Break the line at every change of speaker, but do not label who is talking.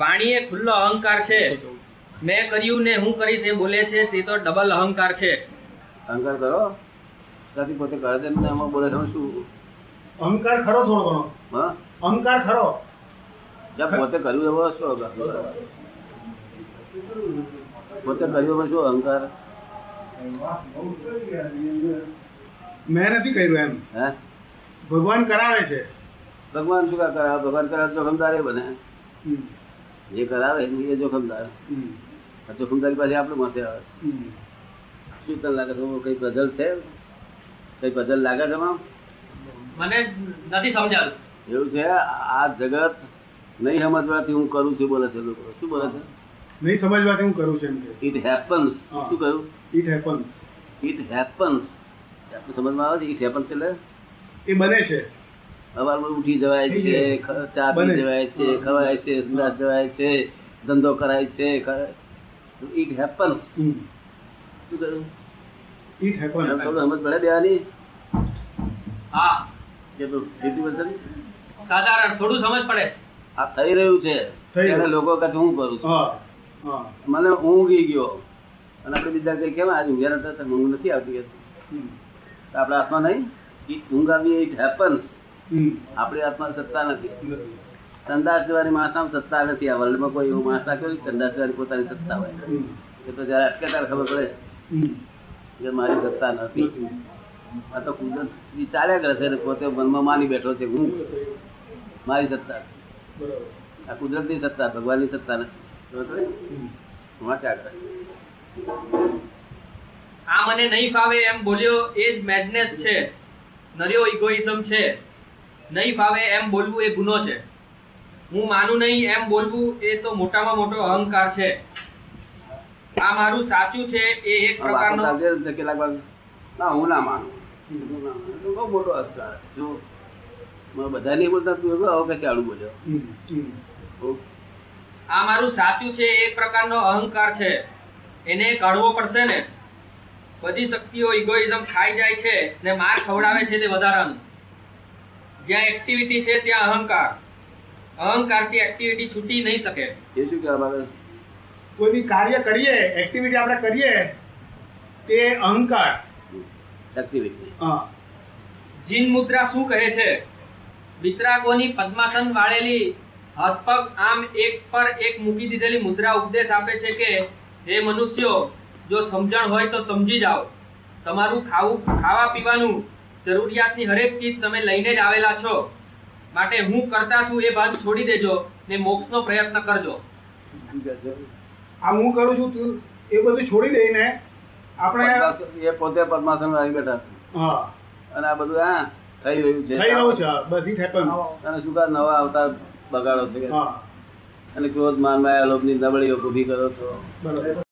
વાણી એ ખુલ્લો અહંકાર છે મેં કર્યું ને હું કરીશ એ બોલે છે તે તો ડબલ અહંકાર છે
અહંકાર કરો ત્યાંથી પોતે કરે છે ને એમાં બોલે છે હું શું
અહંકાર ખરો થોડો ઘણો
હા
અહંકાર ખરો
જ્યાં પોતે કર્યું એવો શું અહંકાર પોતે કર્યું એમાં શું અહંકાર
મેં નથી કર્યું એમ
હે
ભગવાન કરાવે છે
ભગવાન શું કા કરાવે ભગવાન કરાવે તો જોખમદાર એ બને
હમ,
જે કરાવે એ જોખમદાર
હમ,
આ જોખમદારી પાસે આપણું માથે આવે
હમ.
શું તને લાગે છે કઈ બદલ છે કઈ બદલ લાગે છે આમાં?
મને નથી સમજાતું
એવું છે આ જગત નહીં સમજવાથી હું કરું છું બોલે છે લોકો શું બોલે છે
નહીં સમજવાથી હું કરું છું એમ કે
ઇટ હેપન્સ
હા.
શું કહ્યું
ઇટ હેપન્સ
ઇટ હેપન્સ આપણે સમજમાં આવે છે ઇટ હેપન્સ એટલે
એ બને છે
સવારમાં ઉઠી જવાય છે ખ- ચા પી
બને છે.
જવાય છે
હા.
ખવાય છે સંદાસ જવાય છે ધંધો કરાય છે ઇટ હેપન્સ શું કહ્યું
ઇટ
એમ
હેપન્સ
તમને સમજ પડે દેવાની
હા
કે તો કેટલી વર્ષની?
સાધારણ થોડું સમજ પડે છે.
આ થઈ રહ્યું છે
થઈ રહ્યું.
ત્યારે લોકો કહે છે, હું કરું છું
હા હા
મને ઊંઘી ગયો અને આપણે બીજા કઈ કેમ આજે ઊંઘ્યા નતા તમે ઊંઘ નથી આવતી કે છે.
હમ,
તો આપણા હાથમાં નહીં ઈ ઊંઘ આવી ઇટ હેપન્સ
હમ.
આપણી હાથમાં સત્તા નથી સંદાસ જવાની માણસમાં સત્તા નથી આ વર્લ્ડમાં કોઈ એવું માણસ નાખ્યો નથી સંદાસ જવાની પોતાની સત્તા હોય
હમ,
એ તો જયારે અટકે ત્યારે ખબર પડે
હમ.
કે મારી સત્તા નથી આ તો કુદરત ઈ ચાલ્યા કરે છે અને પોતે મનમાં માની બેઠો છે હું મારી સત્તા છે.
બરાબર.
આ કુદરતની સત્તા ભગવાનની સત્તા નથી ખબર પડી?
હમ.
વાંચ્યા કરે
આ મને નહીં ફાવે એમ બોલ્યો એ જ મેડનેસ છે નર્યો ઇગોઇઝમ છે નહીં ફાવે એમ બોલવું એ ગુનો છે હું માનું નહીં એમ બોલવું એ તો મોટામાં મોટો અહંકાર છે આ મારું સાચું છે એ એક
આ વાતો
પ્રકારનો
લાગે છે કેટલાક વાર ના હું ના માનું હું ના માનું. તો બહુ મોટો અહંકાર જો બધા નહીં બોલતા તું એવું આવો કે ચાલુ બોલ્યો
હમ, હમ.
બહુ
આ મારું સાચું છે એ એક પ્રકારનો અહંકાર છે એને કાઢવો પડશે ને બધી શક્તિઓ ઇગોઇઝમ ખાઈ જાય છે ને માર ખવડાવે છે તે વધારાનું જ્યાં એક્ટિવિટી છે ત્યાં અહંકાર અહંકારથી એક્ટિવિટી છૂટી નહીં શકે
એ શું કહેવા માંગે છે?
કોઈ બી કાર્ય કરીએ એક્ટિવિટી આપણે કરીએ તે અહંકાર
એક્ટિવિટી
હા
જીન મુદ્રા શું કહે છે વિતરાગોની પદ્માસન વાળેલી હાથ પગ આમ એક પર એક મૂકી દીધેલી મુદ્રા ઉપદેશ આપે છે કે હે મનુષ્યો જો સમજણ હોય તો સમજી જાઓ તમારું ખાવું ખાવા પીવાનું જરૂરિયાતની હરેક ચીજ તમે લઈને જ આવેલા છો માટે હું કરતા છું એ ભાન છોડી દેજો ને મોક્ષનો પ્રયત્ન કરજો
શું કહે છે?
આ હું કરું છું તું એ બધું છોડી દઈને આપણે
પદ્માસન- એ પોતે પદ્માસન આવી બેઠા છે.
હા
અને આ બધું હા થઈ રહ્યું છે
થઈ રહ્યું છે બસ ઇટ હેપન્સ
અને શું કામ નવા અવતાર બગાડો છે
હા
અને ક્રોધ માન માયા લોભની નબળીઓ ઊભી કરો છો
બરાબર